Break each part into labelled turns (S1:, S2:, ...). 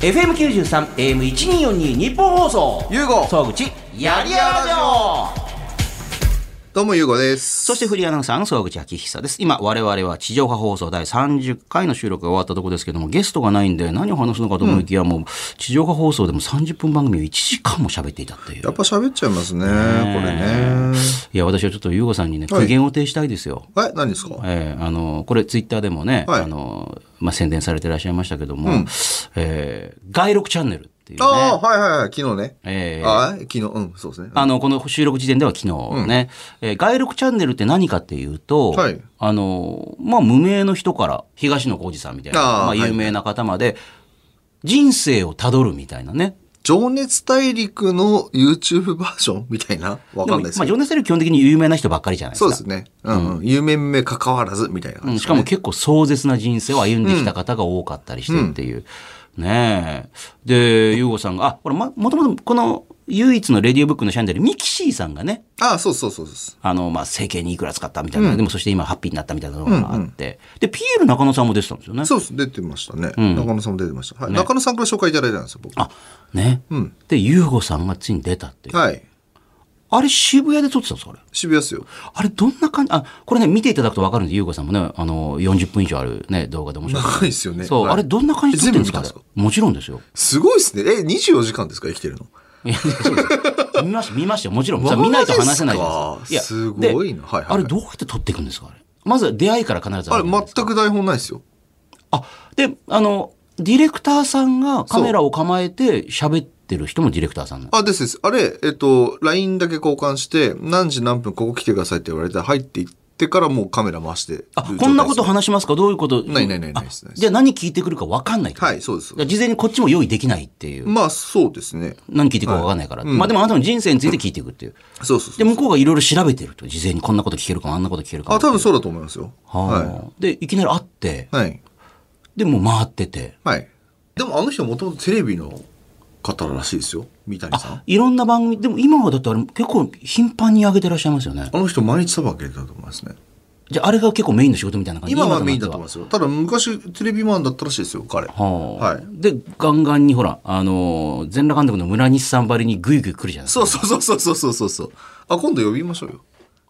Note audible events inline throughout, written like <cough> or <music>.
S1: FM93、AM1242 日本放送。
S2: ゆうご
S1: 総口、やりやらじょ
S2: どうもゆうごです
S1: そしてフリーアナウンサーの総口昭久です。今、我々は地上波放送第30回の収録が終わったところですけども、ゲストがないんで何を話すのかと思いきや、もう地上波放送でも30分番組を1時間も喋っていたっていう。
S2: やっぱ喋っちゃいますねこれね
S1: いや、私はちょっと優吾さんにね、苦言を呈したいですよ。
S2: え何ですか
S1: えーあのこれツイッターでもね、
S2: はい
S1: あのまあ、宣伝されてらっしゃいましたけども「えー外録チャンネル」っていうね
S2: ああはいはいはい昨日ね
S1: えー
S2: あえ昨日うんそうですね
S1: あのこの収録時点では昨日ね、えー外録チャンネルって何かっていうと、
S2: はい
S1: あのまあ、無名の人から東野幸治さんみたいな
S2: あー
S1: まあ、
S2: はい
S1: 有名な方まで、人生をたどるみたいなね
S2: 情熱大陸の YouTube バージョンみたいなわ
S1: で
S2: か
S1: も
S2: んないです
S1: まあ、
S2: けど
S1: 情熱大陸基本的に有名な人ばっかりじゃないです
S2: そう
S1: か
S2: ですねうんうん有名め関わらずみたい
S1: う
S2: な感
S1: ん、
S2: じ
S1: しかも結構壮絶な人生を歩んできた方が多かったりしてっていう。ねえ。で、ゆうごさんが、あ、これ、ま、もともとこの唯一のレディオブックの社員であるミキシーさんがね、
S2: あそうそうそうそうそう
S1: あの、まあ、整形にいくら使ったみたいな、でもそして今ハッピーになったみたいなのがあって、で、ピエール中野さんも出てたんですよね。
S2: そうです出てましたね中野さんも出てましたはい中野さんから紹介いただいたんですよ僕
S1: あ、ね。で、ゆうごさんがついに出たっていう。
S2: はい
S1: あれ、渋谷で撮ってたんですかあれ。
S2: 渋谷っすよ
S1: あれ、どんな感じ、あ、これね、見ていただくとわかるんで、ゆうごさんもね、あの、40分以上あるね、動画で面白い。
S2: 長いっすよ <laughs> ね
S1: そう、
S2: はい
S1: あれ、どんな感じで撮ってるんですか
S2: 全部見たん
S1: あれもちろんですよ。
S2: すごいっすねえ24時間ですか生きてるの
S1: いや、そうです。見ました、見ましたよ。もちろん。
S2: マ
S1: さ
S2: ジ
S1: 見ないと話せないじゃないですか。
S2: ですかすごいな
S1: で
S2: はいはいはい
S1: あれ、どうやって撮っていくんですかあれ。まず、出会いから必ず
S2: あ
S1: ある
S2: れ
S1: じゃないですか
S2: 全く台本ないですよ
S1: あ、で、あの、ディレクターさんがカメラを構えて喋ってる人もディレクターさんなの
S2: あ、ですです。あれ、えっと、LINE だけ交換して、何時何分ここ来てくださいって言われて、入っていってからもうカメラ回してる状
S1: あ
S2: 態です。、
S1: こんなこと話しますかどういうこと
S2: ないないないないです
S1: あ
S2: ないです
S1: じゃあ何聞いてくるか分かんないってこと。
S2: はい、そうです
S1: だか。ら事前にこっちも用意できないっていう。
S2: まあ、そうですね。
S1: 何聞いていくか分かんないから。まあでもあなたの人生について聞いていくっていう。
S2: そうそうそ
S1: で、
S2: う。
S1: 向こうがいろいろ調べてると。事前にこんなこと聞けるかも、あんなこと聞けるかも。
S2: あ、多分そうだと思いますよ。は
S1: はい。で、いきなり会って、
S2: い。はい。
S1: で、もう回ってて。
S2: はい。でも、あの人もともとテレビの方らしいですよ。三谷さん。
S1: いろんな番組、でも今はだってあれ結構頻繁に上げてらっしゃいますよね。
S2: あの人、毎日サバ開けてたと思いますね。
S1: じゃああれが結構メインの仕事みたいな感じ
S2: 今はメインだと
S1: 今
S2: 思いますよ。ただ、昔、テレビマンだったらしいですよ、彼。
S1: とはは
S2: はい
S1: い。で、ガンガンにほら、あのー全裸監督の村西さんばりにグイグイ来るじゃないですか。
S2: そうそうそうそうそうそうそう。あ、今度呼びましょうよ。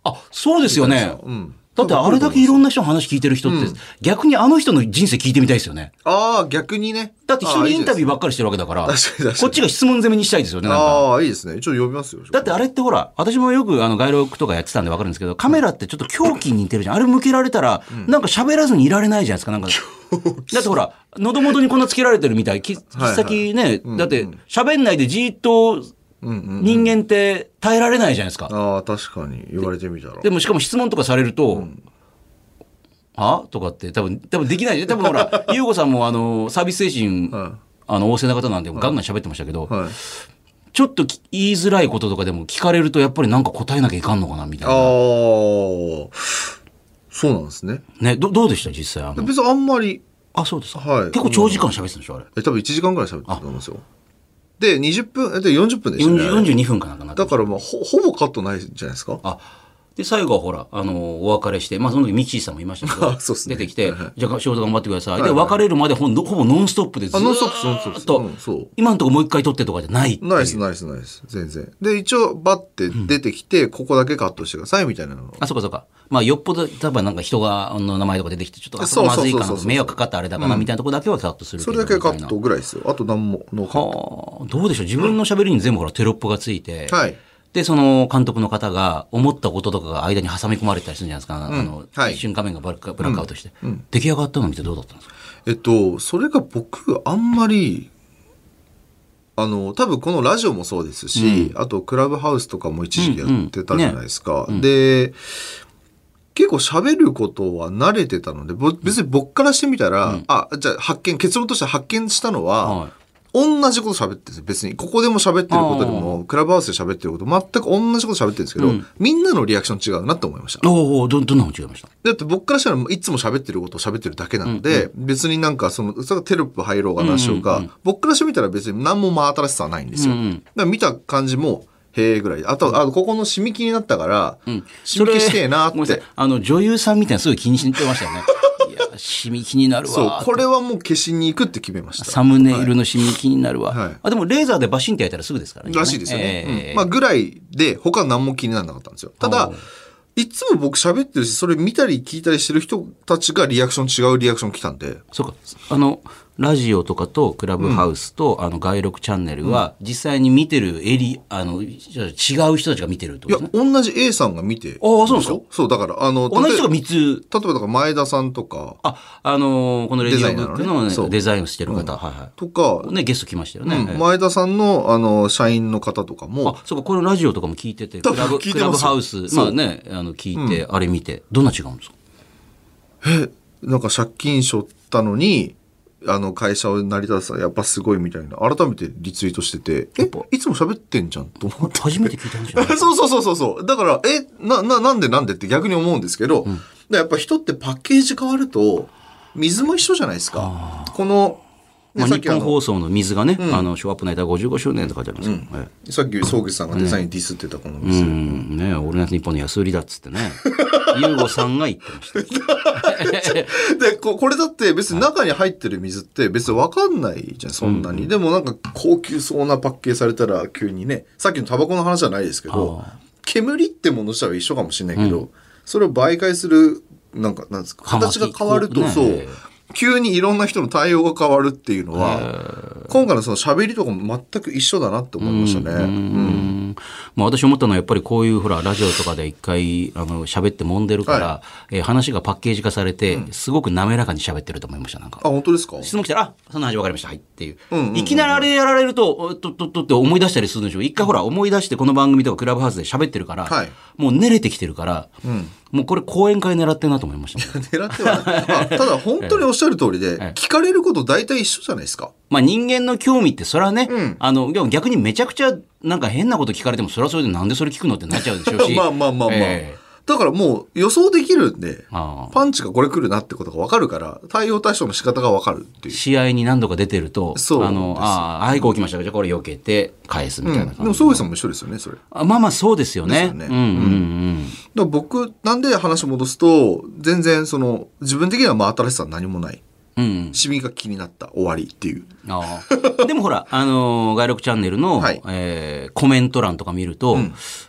S1: あ、そうですよね。
S2: うん。
S1: だってあれだけいろんな人の話聞いてる人って、逆にあの人の人生聞いてみたいですよね。
S2: ああ、逆にね。
S1: だって人
S2: あー
S1: に
S2: いい
S1: イ
S2: じ
S1: ン
S2: ゃな
S1: タ
S2: い
S1: ビ
S2: ですか
S1: ューばっかりしてるわけだから、こっ
S2: 確かに確かに
S1: ちが質問攻めにしたいですよね。なんか
S2: ああ、いいですね。ちょっと呼びますよ。
S1: だってあれってほら、私もよくあの外録とかやってたんでわかるんですけど、カメラってちょっと狂気に似てるじゃん。あれ向けられたら、なんか喋らずにいられないじゃないですか、なんか。だってほら、喉元にこんなつけられてるみたい。き切先ね、だって喋んないでじーっと
S2: うんうん。
S1: 人間って耐えられないじゃないですか。
S2: ああ、確かに。言われてみたら。
S1: でもしかも質問とかされると、はとかって多分、多分でき
S2: <laughs>
S1: ないじゃん。多分ほら、ゆうごさんもあの、サービス精神、
S2: は
S1: あの、旺盛な方なんで、ガンガン喋ってましたけど、
S2: い。はい。
S1: ちょっとき言いづらいこととかでも聞かれると、やっぱりなんか答えなきゃいかんのかな、みたい
S2: ああ
S1: な。
S2: ー、そうなんですね。
S1: ね、どどうでした実際あの。
S2: 別にあんまり、
S1: あ、そうですか。
S2: はい
S1: 結構長時間喋ってたんでしょあれ。
S2: え多分1時間ぐらい喋ってたと思いますよ。で、20分、えで40分でした
S1: 40
S2: ね。
S1: 42分かなんかなって
S2: だからまあ、ほほぼカットないじゃないですか。
S1: あ、で、最後はほら、あの、お別れして、まあその時ミキシーさんもいましたけど、
S2: あ <laughs> そうっすね
S1: 出てきて、
S2: はいはい
S1: じゃあ仕事頑張ってください。
S2: はい
S1: で、
S2: はい
S1: 別れるまでほんほぼノンストップでず
S2: あ、ノンストップ、ノンスト
S1: ーっ
S2: ップ。
S1: と
S2: うん、、そう。
S1: 今のところもう一回撮ってとかじゃないっていう
S2: ナイス、ナイス、ナイス。全然。で、一応、バッて出てきて、ここだけカットしてください、みたいなのを。
S1: あ、そうかそうか。まあ、よっぽど、多分なんか人が、あの名前とか出てきて、ちょっとあそ
S2: そう
S1: こま
S2: そうそう
S1: ずいかな
S2: そう
S1: と
S2: そう
S1: か、迷惑かかったあれだから、みたいなとこだけはカットするけ
S2: そ
S1: ど。
S2: れだけカ
S1: みた
S2: ッ
S1: い
S2: トぐらいですよ。あと何も、ノーカ
S1: な
S2: ット。
S1: はあ、どうでしょう自分の喋りに全部ほらテロップがついて、
S2: はい。
S1: で、その監督の方が思ったこととかが間に挟み込まれたりするんじゃないですか。あの、
S2: はい
S1: 一瞬画面がブラックブラックアウトして、出来上がったの見てどうだったんですか
S2: えっと、それが僕、あんまり、あの、多分このラジオもそうですし、あとクラブハウスとかも一時期やってたじゃないですか。で、結構喋ることは慣れてたので、ぼ別に僕からしてみたら、あ、じゃあ発見、結論として発見したのは、
S1: はい
S2: 同じこと喋ってるんですよ別に。ここでも喋ってることでも、クラブハウスで喋ってること、全く同じこと喋ってるんですけど、みんなのリアクション違うなって思いました。
S1: おおど、どんなの違いました
S2: だって僕からしたらいつも喋ってることを喋ってるだけなので、別になんかその、それがテロップ入ろうが何しようか、僕からしてみたら別に何も真新しさはないんですよ。だから見た感じも、へえぐらい。あと、あとここの染み気になったから、染み気してえなっ
S1: ごめんなさ
S2: て <laughs>
S1: い。。あの、女優さんみたいなのすごい気にしてましたよね。いやシミ気になるわ
S2: そう、これはもう消しに行くって決めました。
S1: サムネイルのシミ気になるわ、
S2: はい
S1: あでもレーザーでバシンってやったらすぐですからね
S2: らしいですよね。
S1: ええ
S2: うんまあ、ぐらいで、他何も気にならなかったんですよ。ただ
S1: おう、
S2: いつも僕喋ってるし、それ見たり聞いたりしてる人たちがリアクション違うリアクション来たんで、
S1: そうかあのラジオとかとクラブハウスと、あの外録チャンネルは実際に見てるエリあのじゃあ違う人たちが見てるって
S2: い
S1: こ
S2: や
S1: とですね、
S2: 同じ A さんが見て、
S1: ああそうなんですか
S2: そう、だから、あの、
S1: 同じ人が
S2: 例え
S1: 3つ
S2: ば、例えばだから前田さんとか、
S1: ああのーこのレディオブックのね、
S2: デザイナーのねそう
S1: デザインをしてる方、はいは
S2: とか、
S1: いねゲスト来ましたよね、
S2: うん前田さんの、あの、社員の方とかも
S1: あ、そうかこのラジオとかも聞いてて
S2: 多
S1: ク
S2: 分
S1: ラブ
S2: 聞いてますよ
S1: クラブハウスまあねあの聞いて、あれ見てどんな違うんですか
S2: え、なんか借金しょったのに、あの、会社を成り立たせたらやっぱすごいみたいな、改めてリツイートしてて、え、いつも喋ってんじゃんと思って。
S1: 初めて聞いたんじゃ
S2: <laughs>
S1: ない
S2: そうそうそうそうそう。だから、え、な、な、なんでなんでって逆に思うんですけど、だからやっぱ人ってパッケージ変わると、水も一緒じゃないですか。この、ね
S1: まあ、
S2: さっ
S1: 日
S2: きあ
S1: 本
S2: の、
S1: 放送の水がね、あの、ショーアップナイター55周年とかじゃないですか。ええ
S2: さっき、宗月さんがデザインディスってたこ
S1: う
S2: の水。
S1: ん、ね俺の日本の安売りだっつ
S2: <laughs>
S1: ってね。ゆうごさんが言ってました。
S2: <laughs> でこ、これだって別に中に入ってる水って別にわかんないじゃん、そんなに。でもなんか高級そうなパッケージされたら急にね、さっきのタバコの話じゃないですけど、煙ってもの自体は一緒かもしれないけど、それを媒介する、なんか、なんですか、
S1: 葉巻
S2: 形が変わると、
S1: ね
S2: そう、急にいろんな人の対応が変わるっていうのは、今回のその喋りとかも全く一緒だなって思いましたね。うん
S1: うんまあ、私思ったのはやっぱりこういうほらラジオとかで一回あの喋って揉んでるから、えー話がパッケージ化されて、すごく滑らかに喋ってると思いましたなんか
S2: あ、本当 <laughs> ですか
S1: 質問来たら「あそんな話分かりましたはい」っていう,、
S2: んうんうん
S1: いきなりあれやられると「おっとっとっと」って思い出したりするんでしょ一回ほら思い出してこの番組とかクラブハウスで喋ってるから、
S2: はい
S1: もう練れてきてるから、もうこれ講演会狙ってんなと思いましたね、
S2: 狙ってはないあただ本当におっしゃる通りで、聞かれること大体一緒じゃないですか。
S1: まあ人間の興味ってそれはね、
S2: ん
S1: あのでも逆にめちゃくちゃなんか変なこと聞かれてもそれはそれでなんでそれ聞くのってなっちゃうでしょうし
S2: <laughs> まあまあまあまあ。
S1: ええ
S2: だからもう予想できるんで、
S1: ああ
S2: パンチがこれ来るなってことが分かるから、対応対象の仕方が分かるっていう。
S1: 試合に何度か出てると、
S2: そう
S1: あの
S2: で、す
S1: ああ、あいこう来ましたからじゃあこれ避けて返すみたいな
S2: でも、
S1: 感じ。
S2: そういうさんも一緒ですよね、それ。だか
S1: あまあまあそうですよね。
S2: ですよね
S1: うんうん
S2: ら僕、なんで話戻すと、全然その、自分的にはまあ新しさは何もない。
S1: うん。うん。
S2: シミが気になった、終わりっていう。
S1: ああでもほら、あのー外録チャンネルの、
S2: はい
S1: えーコメント欄とか見ると、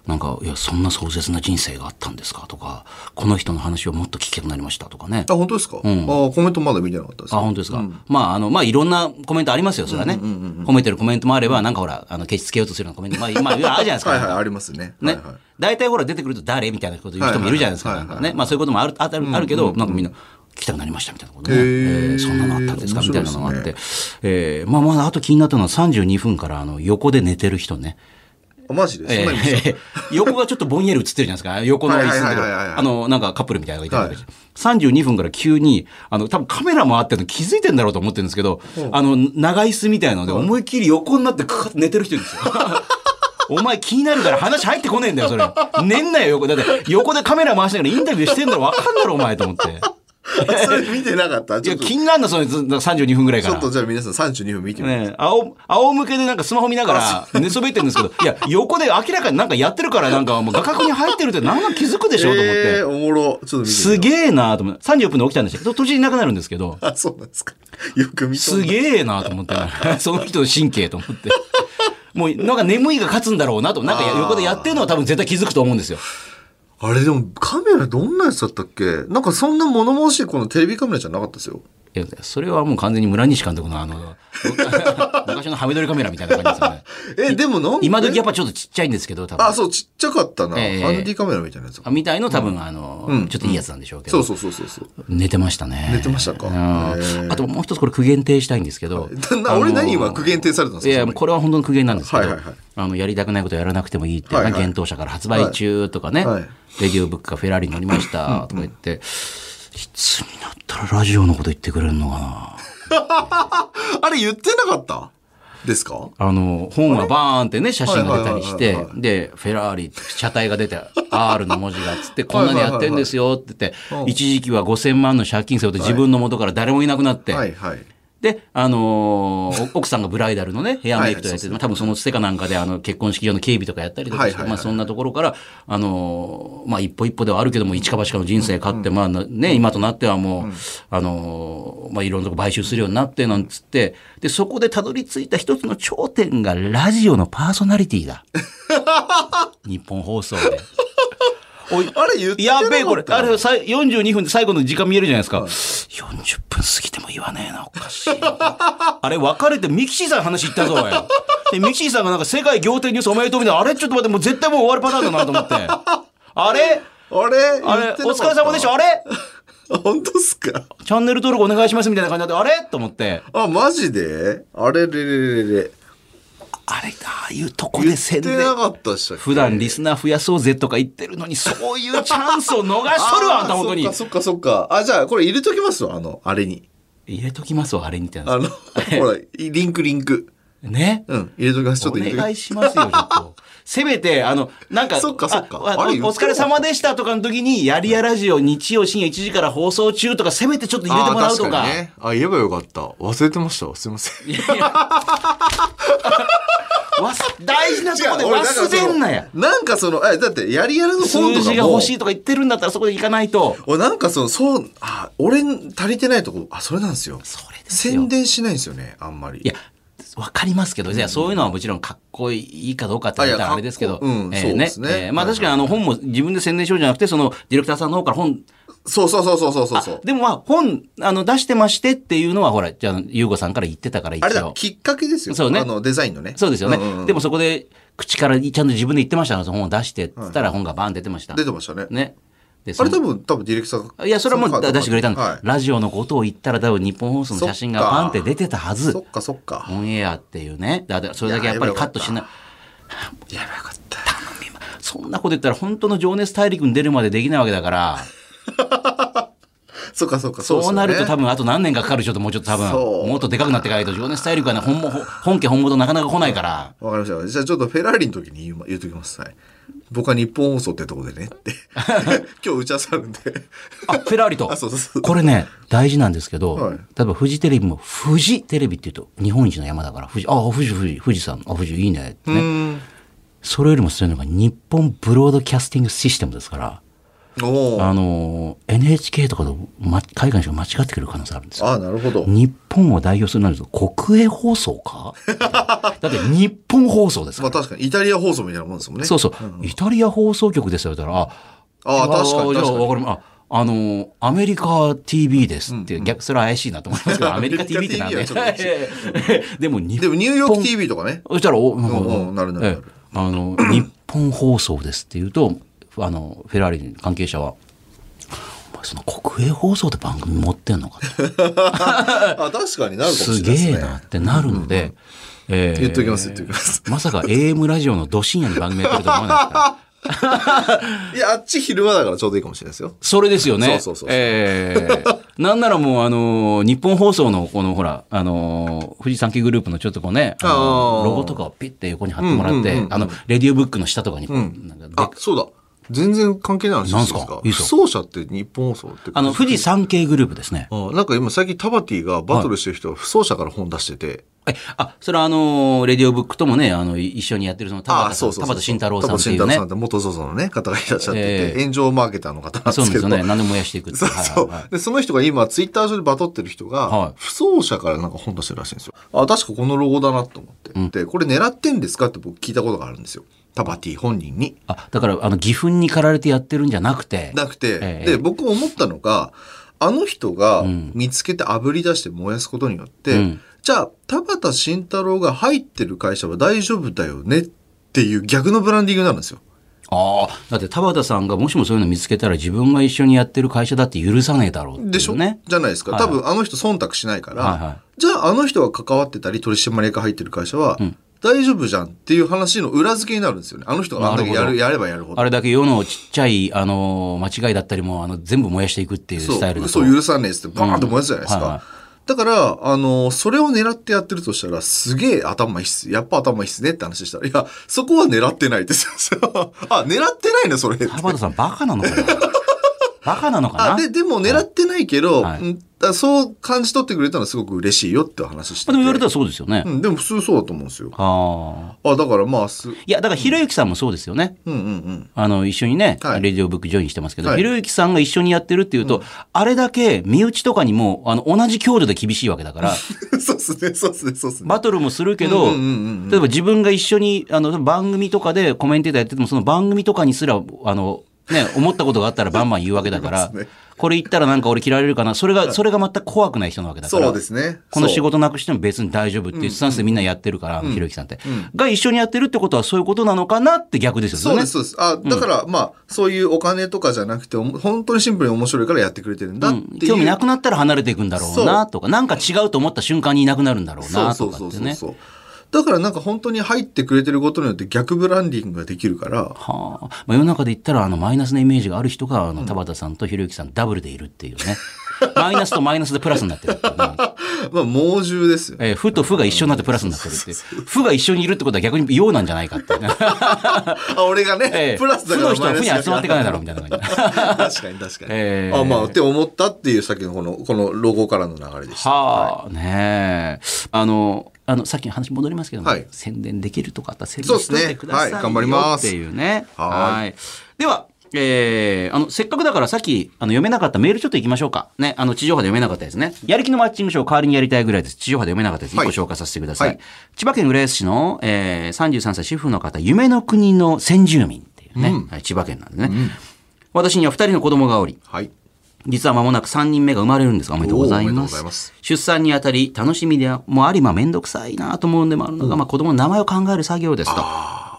S1: なんか、いや、そんな壮絶な人生があったんですかとか、この人の話をもっと聞きたくなりましたとかね。
S2: あ、本当ですか、あコメントまだ見てなかったです。
S1: あ、本当ですか。まあ、あの、まあ、いろんなコメントありますよ、それはね。褒めてるコメントもあれば、なんかほら、あの、消しつけようとするようなコメント、まあ、まあ、いろいろあるじゃないですか。
S2: はい
S1: なん
S2: はい、
S1: か
S2: ありますね。
S1: ね
S2: はいはい。。
S1: 大体ほら出てくると誰みたいなこと言う人もいるじゃないですか。
S2: はい
S1: な
S2: はい
S1: ん
S2: はい
S1: かね。まあそういうこともある、あたあるけど、なんかみんな、聞きたくなりましたみたいなことね。
S2: へ
S1: え
S2: ー
S1: ーそんなのあったんですか
S2: 面
S1: みたい
S2: 白いで
S1: な
S2: すね
S1: のがあって。えーまあまあ、あと気になったのは32分から、あの、横で寝てる人ね。
S2: あマジで、そんなに見せた
S1: え <laughs> ー横がちょっとぼんやり映ってるじゃないですか。横の椅子の
S2: は
S1: とこ
S2: いはい
S1: ろ
S2: はいはいはい
S1: あの、なんかカップルみたいなのがいたりとかして32分から急に、あの、多分カメラ回ってるの気づいてんだろうと思ってるんですけど、あの、長椅子みたいなので、思いっきり横になってカカッて寝てる人いるんですよ。 <laughs> お前気になるから話入ってこねえんだよ、それ。寝んなよ、横。だって、横でカメラ回しながらインタビューしてんだろ、わかんだろ、お前、と思って。 <laughs>
S2: それ見てなかった
S1: い
S2: ちょ
S1: や、
S2: っと、
S1: 気になんの、それ、ず32分ぐらいか
S2: ちょ
S1: ら
S2: っと。じゃあ皆さん32分見てみて。
S1: ねえ、仰仰向けでなんかスマホ見ながら寝そべってるんですけど、いや、横で明らかになんかやってるから、なんかもう画角に入ってるってなんか気づくでしょと思っ
S2: え
S1: て。
S2: ー、おもろ。ちょっと見てみよう
S1: すげえなーと思って。30分で起きたんですけど、途中にいなくなるんですけど、
S2: あ、そうなんですか。よく見
S1: す
S2: え。
S1: げえなーと思って、 <laughs> その人の神経と思って。もうなんか眠いが勝つんだろうなと、なんか横でやってるのは多分絶対気づくと思うんですよ。
S2: あれでもカメラどんなやつだったっけなんかそんな物々しいこのテレビカメラじゃなかったですよ。
S1: いやそれはもう完全に村西監督のあの、 <laughs> 昔のハメ撮りカメラみたいな感じですよね。
S2: え、でもなん
S1: 今時やっ
S2: ぱ。
S1: ぱちょっとちっちゃいんですけど、多分
S2: あ、。そう、ちっちゃかったな。ハ
S1: ええ
S2: ンディカメラみたいなやつ。
S1: みたいの多分あの、ちょっといいやつなんでしょうけど
S2: そう。そうそうそうそう。
S1: 寝てましたね。
S2: 寝てましたか
S1: あ
S2: へ
S1: ー
S2: ー
S1: あともう一つこれ苦言呈したいんですけど。
S2: だな俺何今苦言呈されたんですか
S1: いや、もうこれは本当の苦言なんですけど、
S2: はいはいはい
S1: あの、やりたくないことやらなくてもいいって、
S2: はいはい
S1: 幻冬者から発売中とかね、
S2: はい
S1: レディオブックがフェラーリに乗りましたとか言って、いつになったらラジオのこと言ってくれるのかな。
S2: あれ言ってなかったですか
S1: あの、本はバーンってね、写真が出たりし
S2: はい
S1: て
S2: はいはいは、
S1: で、フェラーリ、車体が出て、R の文字がつって、こんなにやってんですよって言って、一時期は5000万の借金すると自分の元から誰もいなくなって、
S2: はいはい。
S1: で、あのーお奥さんがブライダルのね、ヘアメイクとかやって
S2: はいはいそうそ
S1: て、
S2: う
S1: まあ多分そのつてかなんかで、あの、結婚式用の警備とかやったりとか
S2: はい
S1: して、
S2: はいはい
S1: まあそんなところから、あのーまあ一歩一歩ではあるけども、一か八かの人生勝って、まあなね、今となってはもう、あのーまあいろんなとこ買収するようになって、なんつって、で、そこでたどり着いた一つの頂点がラジオのパーソナリティ
S2: <laughs>
S1: だ。日本放送で。おい
S2: あれ言って
S1: や
S2: なかった
S1: べえ、これ。あれ、さい42分で最後の時間見えるじゃないですか。40分過ぎても言わねえな、おかしいな。あれ、別れて、ミキシーさんの話言った
S2: <laughs>
S1: ぞ、おい。で、ミキシーさんがなんか世界仰天ニュースおめでとうみたいな、あれ、ちょっと待って、もう絶対もう終わるパターンだなと思って。あれ
S2: あれ
S1: あれ、お疲れ様でしょ、あ
S2: れ
S1: れ
S2: 本当っすか
S1: チャンネル登録お願いしますみたいな感じになって、あれと思って。
S2: あ、マジであれれれれれ。
S1: あれ、ああいうとこ
S2: 言
S1: で
S2: っ
S1: 宣
S2: て
S1: 伝。
S2: なかったっしょ。
S1: 普段リスナー増やそうぜとか言ってるのに、そういうチャンスを逃しとるわ、あんた本当に
S2: あ。そっかそっかそっか。あ、じゃあこれ入れときますわ、あの、あれに。
S1: 入れときますわ、あれにってな
S2: あ
S1: ん <laughs> で
S2: の、ほら、リンクリンク。
S1: すね。
S2: うん、入れときます。ちょ
S1: お
S2: っと入れとき
S1: 願
S2: ま
S1: い
S2: す。
S1: しますよ、ちょっ
S2: <laughs>
S1: と。せめて、あの、なんか、
S2: そっかそっか
S1: ああ
S2: あれ言ってなか
S1: お
S2: った
S1: 疲れ様でしたとかの時に、やりやラジオ、日曜深夜1時から放送中とか、せめてちょっと入れてもらうとか。
S2: あー確にね。あ、言えばよかった。忘れてました。すいません。
S1: わす大事なとこで忘れんなや。
S2: なんかその、え、だって、やりやるの本と
S1: 数
S2: か
S1: 字が
S2: も
S1: 欲しいとか言ってるんだったら、そこで行かないと。
S2: 俺なんかその、そう、あ、俺に足りてないとこ、あ、それなんですよ。
S1: それですよ
S2: 宣伝しないんですよね、あんまり。
S1: いや、わかりますけど、いやそういうのはもちろんかっこいいかどうかって言った
S2: あい
S1: ら
S2: や
S1: あれですけど、
S2: かっこうん
S1: えー
S2: そうですね
S1: えーまあ
S2: はい
S1: 確かにあの本も自分で宣伝しようじゃなくて、そのディレクターさんの方から本、
S2: そうそうそうそうそうそうそう。
S1: でもまあ本、あの出してましてっていうのはほら、じゃあ、ゆうごさんから言ってたから一
S2: あれだ
S1: 応、。
S2: きっかけですよ。
S1: そうね
S2: あの、デザインのね。
S1: そうですよね。
S2: んんうん
S1: でもそこで口からちゃんと自分で言ってましたから、その本を出してって言ったら本がバーン出てました。
S2: 出てましたね。
S1: ね。で
S2: あ
S1: そ
S2: れ
S1: の
S2: 多分、多分ディレクターが
S1: いや、それはも
S2: の
S1: う
S2: 方
S1: 出してくれたんだ、
S2: はい
S1: ラジオのことを言ったら多分日本放送の写真がバンって出てたはず
S2: そ。っかそっか。
S1: オンエアっていうね。だからそれだけやっぱりカットしない。
S2: やばかった。
S1: そんなこと言ったら本当の情熱大陸に出るまでできないわけだから、
S2: そっかそっか。
S1: そうなると多
S2: 分。
S1: 分あと何年かかかるでしょともうちょっと多分、
S2: そう
S1: もっとでかくなっていかないと情熱大陸はね、本も <laughs> 本家本元なかなか来ないから。
S2: わかりました。じゃあちょっとフェラーリの時に言う言うときます。はい。僕は日本放送ってとこで
S1: <laughs>
S2: ねって。今日打ち合わせあるんで。
S1: あ、フェラーリと
S2: あ、。そうそうそう。
S1: これね、大事なんですけど、
S2: はい
S1: 例えばフジテレビも、フジテレビって言うと日本一の山だから、富士、あ、富士、富士、富士山、あ、富士いいねってね。
S2: うん。
S1: それよりもそういうのが日本ブロードキャスティングシステムですから、
S2: おー
S1: あの、NHK とかと、ま、海外の人が間違ってくる可能性あるんですよ
S2: あ、なるほど。
S1: 日本を代表するなると国営放送か
S2: <laughs>
S1: だって日本放送ですか
S2: まあ
S1: ら、
S2: 確かにイタリア放送みたいなもんですもんね。
S1: そうそう、イタリア放送局ですよ言ったらあ
S2: あー確かに
S1: じゃあ
S2: 確かに
S1: わかりますああのーアメリカ TV ですって、逆それは怪しいなと思います
S2: <laughs>
S1: けどアメリカ TV ってなん
S2: アメ
S1: で
S2: リカ TV はち
S1: <laughs>
S2: ょ
S1: でも日
S2: でもニューヨーク TV とかね。
S1: そしたら、お、なんか
S2: うんうんなるなるなる
S1: ええあ
S2: <coughs>
S1: の、日本放送ですって言うと、あの、フェラーリの関係者は、お前その国営放送って番組持ってんのか
S2: <laughs>
S1: と
S2: あ、確かになるかも
S1: すげ
S2: しれないです
S1: え
S2: ね。
S1: なってなるので、ええ
S2: 言っときます、言っときます。 <laughs>
S1: まさか AM ラジオのど深夜に番組やってるとは思わないですから。
S2: いや、あっち昼間だからちょうどいいかもしれないですよ。
S1: それですよね。
S2: そうそうそうそう
S1: ええなんならもう、あのー日本放送の、この、ほら、あのー富士山系グループのちょっとこうね、あのー
S2: あー
S1: ロゴとかをピッて横に貼ってもらって、
S2: うんうんうんうん
S1: あの、レディオブックの下とかにこう、なんかで
S2: あ、そうだ。全然関係ない話
S1: なんすかいいっすよ
S2: 不走者って日本放送って。
S1: あの、富士山系グループですね。
S2: あなんか今最近タバティがバトルしてる人は不走者から本出してて。
S1: え、あ、それはあのーレディオブックともね、あの、い一緒にやってるその、田
S2: あ
S1: 畑
S2: あ、
S1: さ
S2: そ
S1: ん
S2: うそうそう。
S1: 田畑慎太郎さんっていう
S2: 田畑慎太郎
S1: ね
S2: さん。って元 ZOZO のね、方がいらっしゃって
S1: え
S2: て、
S1: え
S2: 炎上マーケターの方なんです
S1: そうなんで
S2: け
S1: すよ
S2: ど。
S1: ね。何でも燃やしていくってい
S2: そうそう、
S1: <laughs> はいはいはい
S2: で、その人が今、ツイッター上でバトってる人が、
S1: はい
S2: 不走者からなんか本出してるらしいんですよ。あ、確かこのロゴだなと思って。で、これ狙ってんですかって僕聞いたことがあるんですよ。タバティ本人に。
S1: あ、だから、あの、義憤に駆られてやってるんじゃなくて、
S2: なくて、
S1: ええ
S2: で、僕思ったのが、あの人が見つけて炙り出して燃やすことによって、
S1: うん
S2: じゃあ、田畑慎太郎が入ってる会社は大丈夫だよねっていう逆のブランディングになるんですよ。
S1: ああ、だって田畑さんがもしもそういうの見つけたら自分が一緒にやってる会社だって許さねえだろうっていうね。
S2: でしょ、じゃないですか。
S1: はい
S2: 多分あの人忖度しないから、
S1: はいは
S2: じゃああの人が関わってたり取締役が入ってる会社は、大丈夫じゃんっていう話の裏付けになるんですよね。あの人があんだけ
S1: な
S2: や
S1: るほ
S2: る
S1: ど
S2: やればやるほど。
S1: あれだけ世のちっちゃい、あのー、間違いだったりも、あの、全部燃やしていくっていう
S2: そう
S1: スタイルだと。
S2: 嘘許さねえっつってバーンと燃やすじゃないですか。
S1: うんはいはい
S2: だから、あの、それを狙ってやってるとしたら、すげえ頭いいっす。やっぱ頭いいっすねって話したら、いや、そ <laughs> こは狙ってないですよ。あ、狙ってないのそれ。 <laughs>
S1: 田畑さんバカなのかなバカなのかな
S2: あででも狙ってないけど、
S1: はい
S2: うんだそう感じ取ってくれたのはすごく嬉しいよって話し
S1: まあで
S2: てて
S1: も言われたらそうですよね。
S2: うん、でも普通そうだと思うんですよ
S1: ああ。
S2: あだからまあすうん
S1: いや、だから、ひろゆきさんもそうですよね。
S2: うんうん
S1: あの、一緒にね、
S2: はい
S1: レディオブックジョインしてますけど、
S2: はい
S1: ひろゆきさんが一緒にやってるっていうと、あれだけ身内とかにも、あの、同じ強度で厳しいわけだ
S2: <laughs>
S1: から、 <laughs>
S2: そうっすね、そうっすね、そうっすね。
S1: バトルもするけど、
S2: うんうんうんうん
S1: 例えば自分が一緒に、あの、番組とかでコメンテーターやってても、その番組とかにすら、あの、ね、思ったことがあったら <laughs> バンバン言うわけだから、
S2: そうですね
S1: これ言ったらなんか俺嫌われるかな、それが、それが全く怖くない人なわけだから。
S2: そうですね。
S1: この仕
S2: そう。
S1: 事なくしても別に大丈夫っていうスタンスでみんなやってるから、あのひろゆきさんって。が一緒にやってるってことはそういうことなのかなって逆ですよね。
S2: そうです、そうです。あ、だから、まあ、そういうお金とかじゃなくて、おも本当にシンプルに面白いからやってくれてるんだっていう。
S1: 興味なくなったら離れていくんだろうなとか、なんか違うと思った瞬間にいなくなるんだろう
S2: そう
S1: な
S2: そ
S1: と
S2: う
S1: か
S2: そ
S1: っ
S2: う
S1: て
S2: そう
S1: ね。
S2: そう。だからなんか本当に入ってくれてることによって逆ブランディングができ
S1: <laughs>
S2: るから、
S1: はあ、まあ、世の中で言ったらあのマイナスなイメージがある人があの田畑さんとひろゆきさんダブルでいるっていうねマイナスとマイナスでプラスになってるっていうね
S2: まあ猛獣ですよね。
S1: えー、負と負が一緒になってプラスになってるって <laughs> いう負が一緒にいるってことは逆にようなんじゃないかっていう <laughs> ね、
S2: あ、俺がね、
S1: えー
S2: プラスだ
S1: 負
S2: から
S1: の人は負に集まっていかないだろうみ
S2: み
S1: たいな感じ
S2: たいな。 <laughs> 確かに確かに。
S1: えー
S2: あ、まあ、って思ったっていうさっきのこの、このロゴからの流れでした。
S1: はあ、ねえ。あの、あの、さっきの話戻りますけども、
S2: はい
S1: 宣伝できるとかあったら宣伝しといてくださいよ、
S2: そうですねはい頑張ります
S1: っていうね。
S2: はい
S1: い。では、えーあの、せっかくだからさっき、あの、読めなかったメールちょっと行きましょうか。ね、あの、地上波で読めなかったですね。やる気のマッチングショー代わりにやりたいぐらいです。地上波で読めなかったです。一
S2: はい
S1: 個紹介させてください。
S2: はい
S1: 千葉県浦安市の、えー、33歳主婦の方、夢の国の先住民っていうね、はい千葉県なんですね。私には二人の子供がおり、
S2: はい。
S1: 実は間もなく3人目が生まれるんですがおめでとうござい
S2: おーおめでと
S1: ま
S2: う
S1: す
S2: ございます
S1: 出産にあたり楽しみでもありまあ面倒くさいなと思うのでもあるのが、まあ、子供の名前を考える作業ですと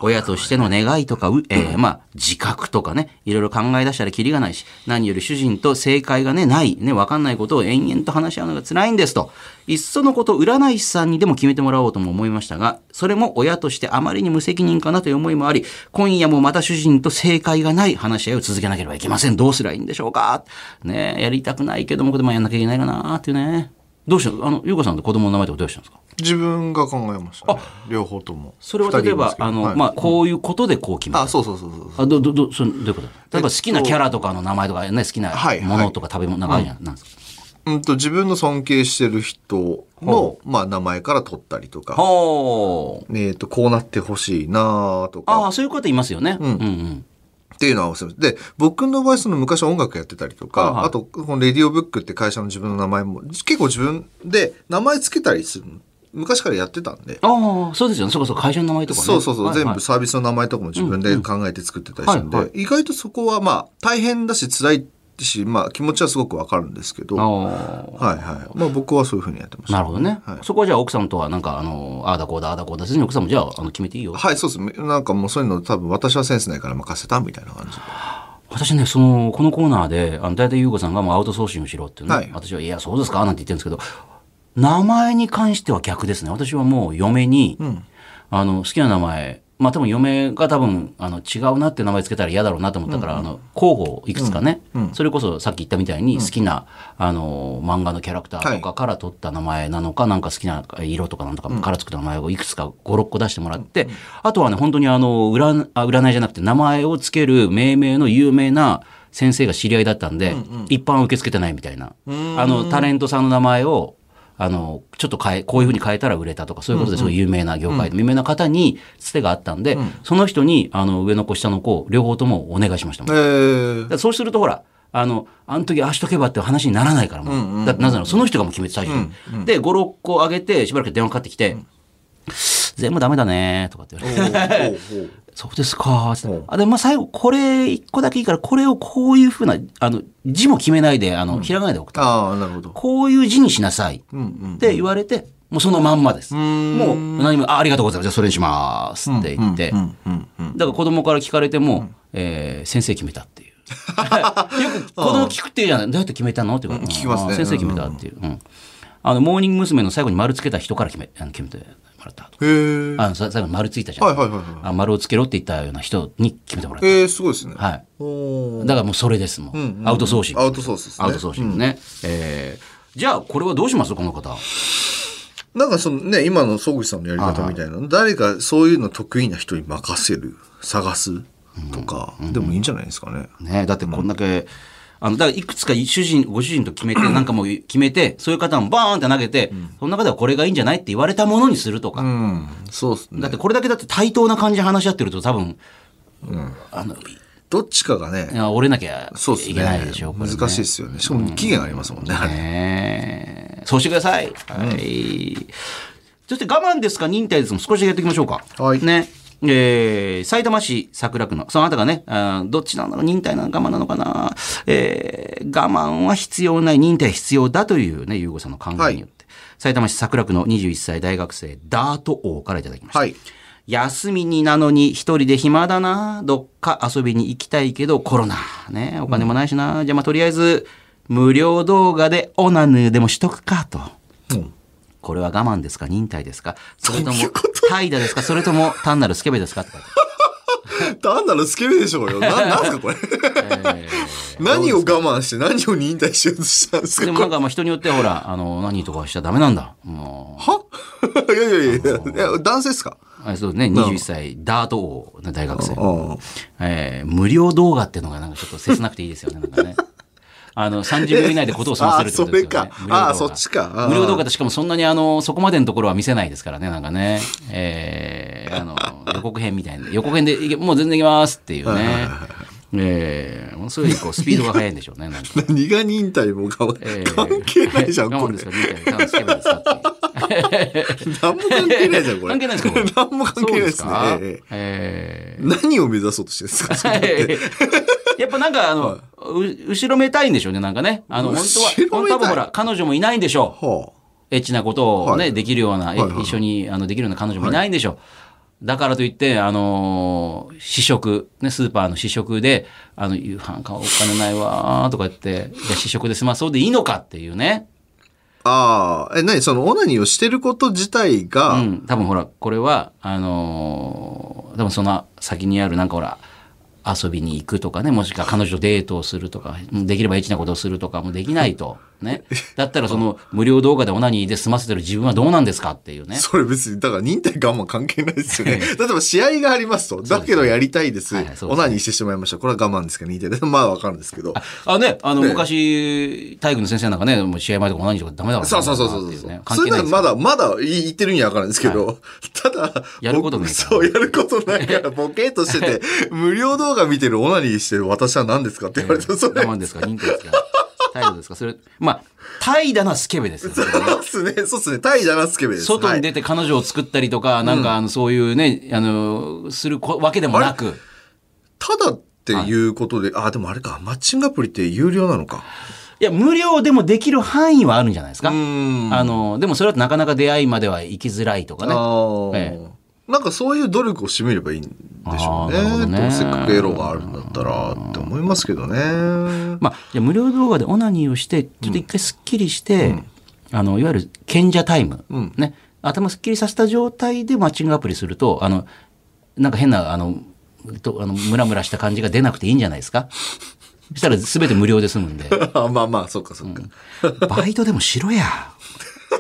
S1: 親としての願いとか、うえーまあ、自覚とかねいろいろ考え出したらキリがないし何より主人と正解が、ね、ない、ね、分かんないことを延々と話し合うのが辛いんですといっそのこと占い師さんにでも決めてもらおうとも思いましたがそれも親としてあまりに無責任かなという思いもあり今夜もまた主人と正解がない話し合いを続けなければいけませんどうすりゃいいんでしょうかねえやりたくないけどもこれもやんなきゃいけないかなっていうねどうしたあの優香さんって子供の名前とかどうしたんですか
S2: 自分が考えました、ね。両方とも。
S1: それは例えば
S2: 二人いますけど
S1: あの、
S2: はい
S1: まあこういうことでこう決めた
S2: あ、そうそうそうそうそう。
S1: あどどどそれどういうこと例えば好きなキャラとかの名前とかね好きな
S2: はい
S1: ものとか食べ物なんかあるじゃんなんですか
S2: うんと、自分の尊敬してる人の、まあ、名前から取ったりとか、
S1: ほう
S2: えっ、と、こうなってほしいなと
S1: あ
S2: か、
S1: あそういう方いますよねうんうん
S2: っていうのは合わせます。で、僕の場合、その昔音楽やってたりとか、
S1: はいはい
S2: あと、このレディオブックって会社の自分の名前も、結構自分で名前つけたりするの昔からやってたんで、
S1: ああそうですよねそうかそうか会社の名前とかね
S2: そうそうそう、
S1: はいはい
S2: 全部サービスの名前とかも自分で考えて作ってたりするんで、
S1: はいは
S2: 意外とそこはまあ、大変だし、辛いし、まあ、気持ちはすごくわかるんですけど、はい
S1: ああ
S2: はい。まあ、僕はそういうふうにやってました。
S1: なるほどね、
S2: はい
S1: そこはじゃあ奥さんとはなんかあのああだこうだああだこうだせずに奥さんもじゃああの決めていいよ
S2: はい、そうです。なんかもうそういうの多分私はセンスないから任せたみたいな感じ。
S1: 私ねそのこのコーナーであの大体優子さんがもうアウトソーシングしろっていうね、
S2: はい
S1: 私はいやそうですかなんて言ってるんですけど名前に関しては逆ですね私はもう嫁に、あの好きな名前まあ多分嫁が多分あの違うなって名前つけたら嫌だろうなと思ったから、あの候補をいくつかね、それこそさっき言ったみたいに好きな、あの漫画のキャラクターとかから取った名前なのか、なんか好きな色とかなんとかから作った名前をいくつか56個出してもらって、あとはね本当にあの占あ占いじゃなくて名前をつける命名の有名な先生が知り合いだったんで、一般は受け付けてないみたいなあのタレントさんの名前をあのちょっと変えこういうふうに変えたら売れたとかそういうことですごい有名な業界で、有名な方につてがあったんで、その人にあの上の子下の子両方ともお願いしましたもん
S2: えー
S1: <laughs> だからそうするとほらあのあの時ああしとけばって話にならないからもう,、だってなぜならその人がもう決めて最初に、で56個あげてしばらく電話かかってきて「全部ダメだね」とかって言われて。
S2: おうおうおう
S1: <laughs> そうですか。
S2: うん
S1: あでもまあ最後、これ一個だけいいから、これをこういうふうな、あの、字も決めないで、あの、ひらがなで送った。
S2: ああ、なるほど。
S1: こういう字にしなさい。
S2: うんうん
S1: っ。て言われて、もうそのまんまです。
S2: ん
S1: もう何も、あありがとうございます。じゃあそれにしますって言って。
S2: うんうんうん。
S1: だから子供から聞かれても、えー先生決めたって
S2: <laughs>
S1: いう。よく子供聞くっていうじゃない。どうやって決めたのって言うから、
S2: うん聞きますね
S1: あ先生決めたっていう。うんあの、モーニング娘。の最後に丸つけた人から決め、あの決めてもらったとか。
S2: へえ。
S1: あの、さ最後に丸ついたじゃん。
S2: はいはいはいはい
S1: あ丸をつけろって言ったような人に決めてもらった。
S2: えー、すごいですね。
S1: はい。
S2: おー
S1: だからもうそれですもん。
S2: んうん
S1: アウトソーシング。
S2: アウトソースですね
S1: アウトソーシングね。えーじゃあこれはどうしますこの方。
S2: なんかそのね、今の総口さんのやり方みたいな、誰かそういうの得意な人に任せる、探すとか、でもいいんじゃないですかね。
S1: ね、だってこんだけ、あの、だからいくつか主人、ご主人と決めて、なんかもう決めて、そういう方もバーンって投げて、その中ではこれがいいんじゃないって言われたものにするとか。
S2: うん。そうっすね
S1: だってこれだけだって対等な感じで話し合ってると多分、あの、
S2: どっちかがね、
S1: あ折れなきゃ
S2: そうです
S1: い
S2: ね。
S1: けないでしょう、これね
S2: 難しいですよね。しかも期限ありますもんね。あれ
S1: ねえそうしてください。はい。そして我慢ですか忍耐ですかも少しだけやっていきましょうか。
S2: はい
S1: ね。えー、埼玉市桜区の、そのあなたがね、あーどっちなの忍耐なの我慢なのかなえー、我慢は必要ない、忍耐必要だというね、ゆうごさんの考えによって。埼玉市桜区の21歳大学生、ダート王からいただきました。
S2: はい。
S1: 休みになのに一人で暇だな。どっか遊びに行きたいけどコロナ。ね。お金もないしな。じゃあまあとりあえず無料動画でオナヌでもしとくかと。
S2: うん
S1: これは我慢ですか忍耐ですかそれとも
S2: どういうこ
S1: 怠惰ですかそれとも単なるスケベですかって書いて
S2: 単なるスケベでしょうよ。な、なんすか
S1: <laughs>
S2: これ。
S1: あるえ
S2: 何を我慢して何を忍耐しようとしたんです
S1: ーで
S2: か
S1: も
S2: こ
S1: なんかまあ人によってはほら、あの、何とかしちゃダメなんだ。も
S2: れ <laughs> いやいやいやいや、男性ですか
S1: う、あれそうね、21歳、ダート王、ね大学生。
S2: あ
S1: えー無料動画っていうのがなんかちょっと切なくていいですよね、なんか
S2: <laughs>
S1: ね。あの、30秒以内でことを済ませるってことですよね。
S2: あ
S1: 無料動画
S2: それかあそっちかあー
S1: 無料動画ってしかもそんなにあの、そこまでのところは見せないですからね、なんかね。えーあの、予告編みたいな。予告編でいけ、もう全然いきますっていうね。えーものすごいこう、スピードが速いんでしょうね、なんか。
S2: あ。何が忍耐も我慢、
S1: えー
S2: <laughs> 関係ないじゃん、
S1: 我
S2: こ
S1: 慢
S2: れ
S1: で。すかみたいな多分スケベですかっていう
S2: 何も関係ないじゃん、こ
S1: <laughs>
S2: れ。
S1: 関係ないですかこれ
S2: 何も関係ないですね。
S1: そう
S2: え
S1: です
S2: え
S1: かえー
S2: 何を目指そうとしてるんですかそれって
S1: やっぱなんかあの、う後ろめたいんでしょうね、なんかね。あの、本当は
S2: 後、ろ
S1: 本
S2: め
S1: 当
S2: たい
S1: はほら、彼女もいないんでし <laughs> ょう。
S2: は
S1: エッチなことをね、
S2: はい
S1: できるような、え
S2: はいはい
S1: 一緒にあのできるような彼女もいないんでしょう。だからといって、あのー試食、ね、スーパーの試食で、あの、夕飯かお金ないわーとか言って、じゃあ試食で済まそうでいいのかっていうね。
S2: あ。ああ。え、何その、オナニーをしてること自体が、
S1: うん、多分ほら、これは、あのー多分その先にある、なんかほら、遊びに行くとかね、もしくは彼女とデートをするとか、うんできればエッチなことをするとかもできない <laughs> と。ね。だったらその無料動画でオナニーで済ませてる自分はどうなんですかっていうね。
S2: それ別に、だから忍耐我慢関係ないですよね。例えば試合がありますと。だけどやりたいです。
S1: はいはいそうですね
S2: オナニーしてしまいました。これは我慢ですけど、忍耐です。まあわかるんですけど。
S1: <laughs> あね、あの、
S2: ね
S1: 昔、体育の先生なんかね、もう試合前とかオナニーとかダメだから
S2: そうそうそうそ
S1: っ
S2: う
S1: てい
S2: そう。
S1: ね関
S2: そ
S1: 係
S2: れ
S1: な
S2: ないら
S1: です
S2: まだ、まだ言ってるにはわかるんですけど、ただ、
S1: やることね
S2: 僕
S1: えから
S2: そう、やることないから、ボケーっとしてて、無料動画見てるオナニーしてる私は何ですかって言われて、それ、
S1: 我慢ですか忍耐ですか態度ですかそれ、まあ、怠惰なスケベですよね。
S2: そうっすね、そうっすね、タイじゃなすけべです。
S1: 外に
S2: はい
S1: 出て彼女を作ったりとか、なんかあのそういうね、あの、するこわけでもなく、
S2: ただっていうことで、あ、でもあれか、マッチングアプリって有料なのか。
S1: いや、無料でもできる範囲はあるんじゃないですか。
S2: ん
S1: あの、でもそれはなかなか出会いまでは行きづらいとかね。
S2: ああ、
S1: え
S2: なんかそういう努力をしてみればいいんでしょう
S1: あーなるほど
S2: ね。
S1: ね
S2: でもせっかくエロがあるんだったらって思いますけ
S1: <laughs>
S2: どね。
S1: まあ、じゃあ無料動画でオナニーをして、ちょっと一回スッキリして、あの、いわゆる賢者タイム、ね。頭スッキリさせた状態でマッチングアプリすると、あの、なんか変な、あの、とあのムラムラした感じが出なくていいんじゃないですか。そしたら全て無料で済むんで。
S2: まあまあ、そうかそうか。
S1: バイトでもしろや。 <laughs>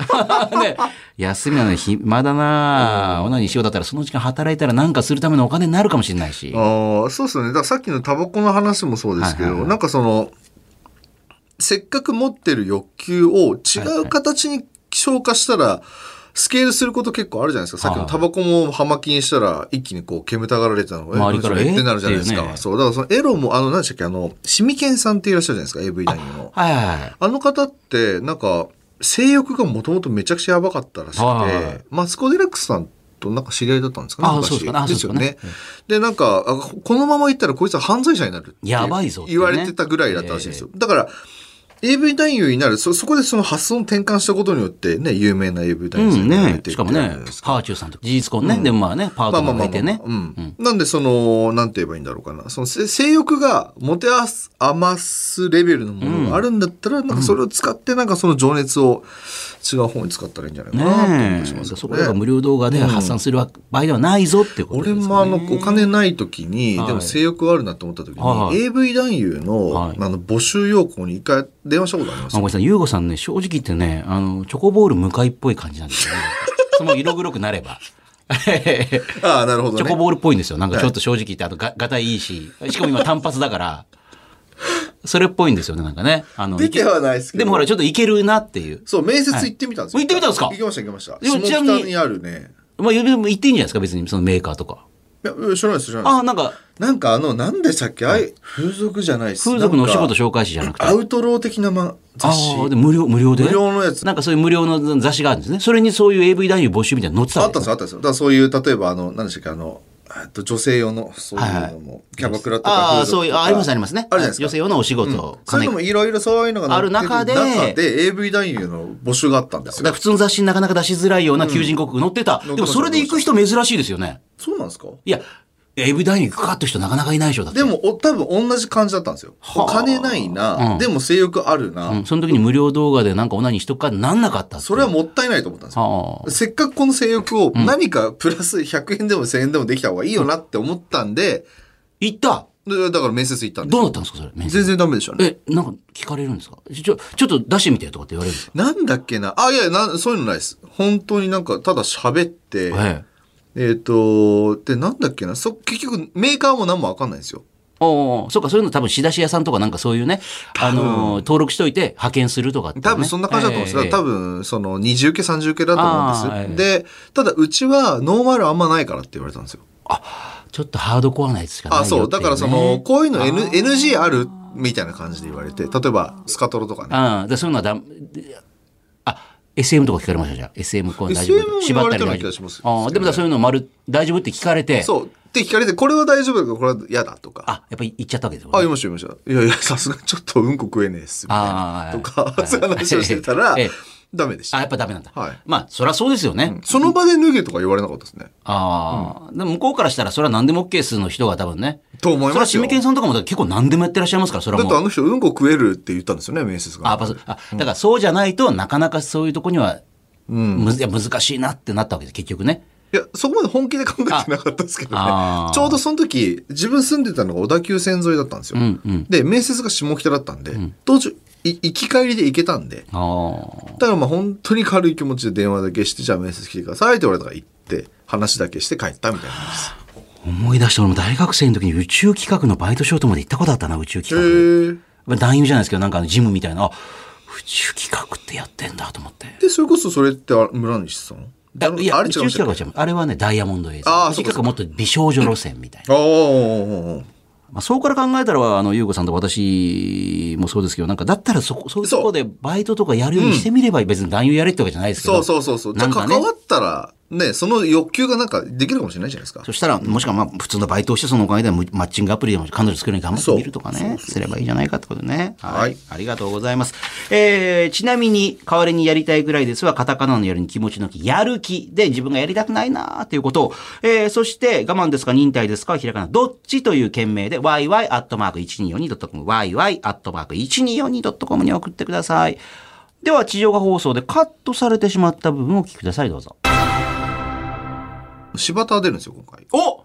S1: ね、休みなのに暇だな、オナニーしようだったらその時間働いたらなんかするためのお金になるかもしれないし。
S2: ああ、そうですよね。だからさっきのタバコの話もそうですけど、
S1: はいはいはい
S2: なんかその、せっかく持ってる欲求を違う形に消化したら、スケールすること結構あるじゃないですか。さっきのタバコも葉巻にしたら、一気にこう煙たがられてたのが、
S1: 周りから
S2: え
S1: え
S2: ってなるじゃないです
S1: っていうね
S2: か。そう。だからそのエロも、あの、何でしたっけ、あの、シミケンさんっていらっしゃるじゃないですか、AV 男優の。
S1: はいはいはい。
S2: あの方って、なんか、性欲がもともとめちゃくちゃやばかったらしく
S1: はいはいはい
S2: て、マツコ・デラックスさんとなんか知り合いだったんですかね、
S1: あ
S2: 昔
S1: そうですかねあ
S2: ですよ
S1: そう
S2: ね。で、なんか、あこのままいったらこいつは犯罪者になるって
S1: やばいぞってね
S2: 言われてたぐらいだったらしいんですよ。だから、AV 男優になる、そ、そこでその発想の転換したことによって、ね、有名な AV 男優さんになれて
S1: し
S2: っ
S1: か
S2: て
S1: も
S2: なるじ
S1: ね
S2: ゃないです、か
S1: ハーチューさんとか事実婚ね、でもまあね、パートナーがいてね
S2: まあ。まあまあまあうん。なんで、その、なんて言えばいいんだろうかな。その、せ性欲が持て余す、余すレベルのものがあるんだったら、なんかそれを使って、なんかその情熱を違う方に使ったらいいんじゃないかなって気
S1: ね
S2: がし
S1: え、
S2: ます
S1: そこ
S2: けど
S1: らが
S2: ね。
S1: 無料動画で発散するわ場合ではないぞっていうことです
S2: 俺
S1: ね。
S2: もあの、お金ない時に、
S1: はい
S2: でも性欲があるなと思った時に、
S1: はい
S2: AV 男優の、
S1: はい
S2: あの、募集要項に一回電話したことあります
S1: あご
S2: よ
S1: めんなさい、ゆうごさんね、正直言ってね、あの、チョコボール向かいっぽい感じなん <laughs> ですよね。その色黒くなれば。
S2: ああ、なるほど
S1: チョコ
S2: ね。
S1: ボールっぽいんですよ。なんかちょっと正直言って、あとが、がたいいいし、しかも今単発だから、それっぽいんですよね、なんかね。あの、
S2: 出てはないですけど。
S1: でもほら、ちょっといけるなっていう。
S2: そう、面接行ってみたんですよ。
S1: はい行ってみたんですか
S2: 行きました、行きました。
S1: でもちな
S2: 下
S1: みに
S2: 北にあるね。
S1: まあ、指でも言っていいんじゃないですか、別に、そのメーカーとか。
S2: いや、いや知らないです、知らないです
S1: あ、なんか、
S2: なんかあの、なんでしたっけ、あい、風俗じゃないっす
S1: 風俗のお仕
S2: なん
S1: 事
S2: か
S1: 紹介誌じゃなくて。
S2: アウトロー的なま雑誌。
S1: ああ、で無料、無料で
S2: 無料のやつ。
S1: なんかそういう無料の雑誌があるんですね。それにそういう AV 男優募集みたいなの載ってた
S2: あ
S1: わ
S2: っ
S1: け
S2: たんですよ、あったんですよ。だからそういう、例えば、あの、何でしたっけ、あの、えっと女性用の、そういうのも、キャバクラとか。
S1: ああ、
S2: 風俗
S1: そう
S2: と
S1: いう、
S2: か
S1: あありますありますね。
S2: あるじゃないですか
S1: 女性用のお仕事。
S2: そういうのもいろいろそういうのが載って
S1: ある中で
S2: 中で AV 男優の募集があったんです
S1: だから
S2: よ。
S1: 普通の雑誌になかなか出しづらいような求人広告載ってた。でもそれで行く人珍しいですよね。
S2: そうなんですか
S1: いや、AV 男優行くかって人なかなかいないでしょ、だって。
S2: でも、お多分同じ感じだったんですよ。
S1: はあ
S2: お金ないな、
S1: うん
S2: でも性欲あるな、
S1: うんその時に無料動画でなんかオナニーしとくかなんなかったっていう
S2: それはもったいないと思ったんですよ。
S1: はあ
S2: せっかくこの性欲を何かプラス100円でも1000円でもできた方がいいよなって思ったんで、
S1: 行った
S2: でだから面接行ったんで
S1: どうだったんですか、それ面接。
S2: 全然ダメでしたね。
S1: え、なんか聞かれるんですかちょ、ちょっと出してみてよとかって言われるんですか
S2: なんだっけなあ、いや、なそういうのないです。本当になんか、ただ喋って、
S1: ええ。
S2: えっ、と、で、なんだっけなそ、結局、メーカーも何もわかんないんですよ。
S1: おうおうそうか、そういうの多分仕出し屋さんとかなんかそういうね、あのー、登録しといて派遣するとかってね、
S2: 多分そんな感じだと思うんですよ。
S1: ええ
S2: 多分、その、二重受け、三重受けだと思うんですよ。
S1: あ
S2: で、ただ、うちは、ノーマルあんまないからって言われたんですよ。
S1: ちょっとハードコアなやつしかないよ
S2: あ、
S1: っていね、
S2: そう。だから、その、こういうの N NG あるみたいな感じで言われて、例えば、スカトロとかね。
S1: ああ、でそういうのはだ、あ、SM とか聞かれましたじゃん。SM こう大丈
S2: SM も
S1: 夫。
S2: 言われてるよう
S1: 大
S2: な気
S1: 丈
S2: がします
S1: 夫。ああ、でもだからそういうの丸、大丈夫って聞かれて、
S2: そう。って聞かれて、これは大丈夫だけど、これは嫌だとか。
S1: あ、やっぱり行っちゃったわけです
S2: あ、
S1: よ、
S2: 言いました、言いました。いやいや、さすがにちょっとうんこ食えねえっす。みたい
S1: あ
S2: な。
S1: ー
S2: と
S1: は
S2: か
S1: いは、い
S2: そういう話をしてたら
S1: ええ、
S2: ダメでし
S1: あ、
S2: た。
S1: やっぱダメなんだ。
S2: はい
S1: まあ、そりゃそうですよね。
S2: その場で脱げとか言われなかったですね。
S1: ああ、でも向こうからしたらそれは何でも OK 数の人が多分ね。
S2: と思
S1: そ
S2: い
S1: れは
S2: ます
S1: し
S2: よ。
S1: みけん
S2: だ
S1: さんとかもだから結構何でもやってらっしゃいますから、それは
S2: っ
S1: もう
S2: て。あの人、うんこ食えるって言ったんですよね、面接
S1: あ、や
S2: が
S1: っ。ぱそうあ、だからそうじゃないとなかなかそういうとこには、
S2: うん。
S1: むずいや難しいなってなったわけです、結局ね。
S2: いや、そこまで本気で考えてなかったですけどね
S1: ああー。
S2: ちょうどその時、自分住んでたのが小田急線沿いだったんですよ。
S1: うんうん。
S2: で、面接が下北だったんで、当時、い行き帰りで行けたんで、
S1: あ
S2: だからまあ本当に軽い気持ちで電話だけして、じゃあ面接来てくださいって言われたから行って、話だけして帰ったみたいな感じです。
S1: あ。思い出した俺も大学生の時に宇宙企画のバイトショートまで行ったことあったな、宇宙
S2: へ
S1: 企
S2: ー
S1: 画。男優じゃないですけど、なんかあのジムみたいな、あ宇宙企画ってやってんだと思って。
S2: で、それこそそれってあ村西さん
S1: あいや、
S2: あ
S1: 宇
S2: れ違
S1: 宙
S2: いました
S1: 企
S2: っ
S1: 画
S2: け
S1: は違う。あれはね、ダイヤモンド映像。
S2: あー
S1: 宇
S2: そ
S1: 宙
S2: うか
S1: 企
S2: そ
S1: 画はもっと美少女路線みたいな。
S2: ああ、あああ
S1: まあ、そうから考えたらは、あの、ゆうこさんと私もそうですけど、なんか、だったらそこ、そういうとこでバイトとかやるようにしてみれば、別に男優やれってわけじゃないですけど。
S2: そうそうそうそう。じゃあ
S1: なんかね
S2: 関わったら、ね、その欲求がなんかできるかもしれないじゃないですか。
S1: そしたら、もしくはまあ普通のバイトをして、そのおかげでマッチングアプリでも彼女作るのに頑張ってみるとかね、すればいいじゃないかってことね。はい。
S2: はい
S1: ありがとうございます。えー、ちなみに、代わりにやりたいぐらいですは、カタカナのやるに気持ちの気、やる気で自分がやりたくないなーっていうことを、えー、そして、我慢ですか、忍耐ですか、ひらがな、どっちという件名で、yy.1242.com、yy.1242.com に送ってください。では、地上波放送でカットされてしまった部分をお聞きください、どうぞ。
S2: 柴田は出るんですよ、今回。
S1: お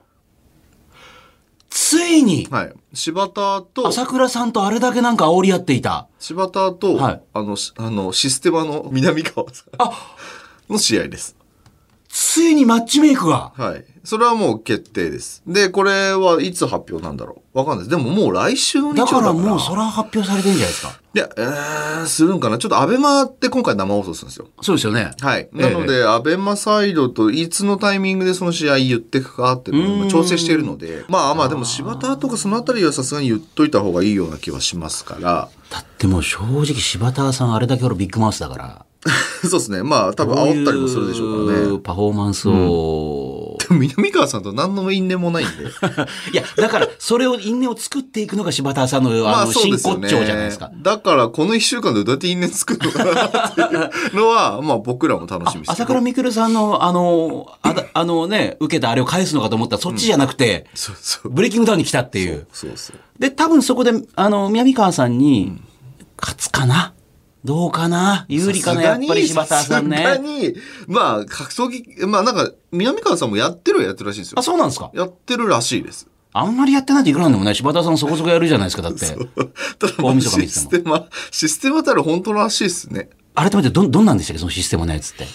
S1: ついに
S2: はい。柴田と、
S1: 朝倉さんとあれだけなんか煽り合っていた。
S2: 柴田と、
S1: はい
S2: あの、しあの、システマの南川さ
S1: あ
S2: んの試合です。
S1: ついにマッチメイクが。
S2: はい。それはもう決定です。で、これはいつ発表なんだろうわかんないです。でももう来週の日
S1: だ
S2: 曜だか。
S1: かららもうそれは発表されてんじゃないですか。
S2: いや、えー、するんかなちょっとアベマって今回生放送するんですよ。
S1: そうですよね。
S2: はい。なので、アベマサイドといつのタイミングでその試合言ってくかっていうのを今調整しているので、まあまあでも柴田とかそのあたりはさすがに言っといた方がいいような気はしますから、 <laughs>
S1: だってもう正直柴田さんあれだけほらビッグマウスだから。
S2: そうですね。まあ多分煽ったりもするでしょうから
S1: こい
S2: ね。
S1: パフォーマンスを。
S2: でも南川さんと何の因縁もないんで。
S1: <laughs> いや、だからそれを因縁を作っていくのが柴田さんのあの真骨頂じゃないですか。
S2: だからこの1週間でどうやって因縁作るのかなっていうの
S1: <laughs>
S2: は、まあ僕らも楽しみですけ
S1: 朝
S2: ど。
S1: 倉未来さんのあの、あだあのね、受けたあれを返すのかと思ったらそっちじゃなくて、
S2: そうそう。
S1: ブレイキングダウンに来たっていう。
S2: そうそう。
S1: で、多分そこで、あの、南川さんに、勝つかなどうかな有利かなやっぱり柴田さん
S2: さすが
S1: ね。
S2: に、まあ、格闘技、まあなんか、南川さんもやってるはやってるらしいんですよ
S1: あ、。そうなんですか
S2: やってるらしいです。
S1: あんまりやってないといくらなんでもね、柴田さんそこそこやるじゃないですか、だって。
S2: ただ、
S1: 大
S2: まあ
S1: 晦日見
S2: シ
S1: てても
S2: ステマ、システマたる本当らしいですね。
S1: 改めてど、どんなんでしたっけそのシステムのやつって。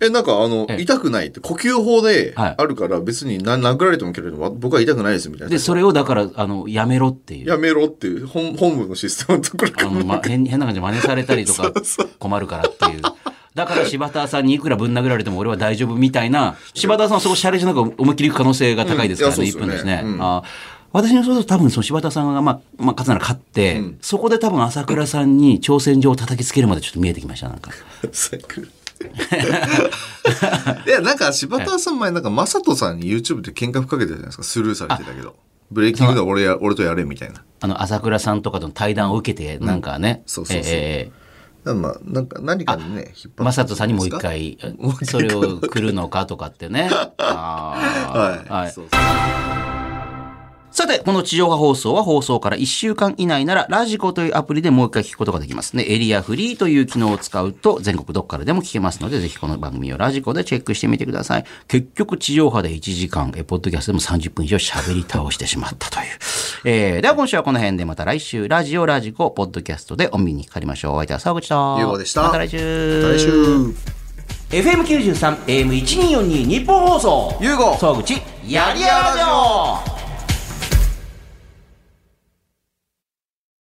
S2: え、なんかあの、
S1: ええ
S2: 痛くないって、呼吸法で
S1: はい
S2: あるから別にな殴られても蹴られてもわ僕は痛くないですみたいな
S1: で、。それをだから、あの、やめろっていう。
S2: やめろっていう、本本部のシステムのところか
S1: あ
S2: ら。
S1: の、ま、変変な感じで真似されたり
S2: <laughs>
S1: とか困るからっていう。だから柴田さんにいくらぶん殴られても俺は大丈夫みたいな、柴田さんはそこシャレじゃなく思いっきり行く可能性が高いですからね、
S2: うんいや
S1: 1
S2: そう
S1: 分
S2: で
S1: です
S2: よ
S1: す
S2: ね
S1: ね。あ私の想像多分その柴田さんが、まあ、まあ、勝つなら勝って、そこで多分朝倉さんに挑戦状を叩きつけるまでちょっと見えてきました、なんか。
S2: 最高 <laughs> いや、なんか柴田さん前、なんか雅人さんに YouTube で喧嘩吹っかけてたじゃないですか、スルーされてたけど。ブレイキングで俺や、俺とやれみたいな。
S1: あの、朝倉さんとかとの対談を受けて、なんかね、
S2: そうそうそう
S1: えー
S2: だからまあ、なんか何かにね、引っ張
S1: マ
S2: って
S1: サトさんにもう一回
S2: もう一回、
S1: それを来るのかとかって
S2: <laughs>
S1: ね。あー
S2: はい。そうそう
S1: さて、この地上波放送は放送から1週間以内なら、ラジコというアプリでもう一回聞くことができますね。エリアフリーという機能を使うと、全国どこからでも聞けますので、ぜひこの番組をラジコでチェックしてみてください。結局、地上波で1時間、えポッドキャストでも30分以上喋り倒してしまったという。えー、では今週はこの辺でまた来週、ラジオ、ラジコ、ポッドキャストでお耳にかかりましょう。お相手は沢口と。
S2: ゆうごでした
S1: また来週。
S2: 来週、
S1: FM93AM1242 日本放送
S2: ゆうご
S1: 沢口やりやろう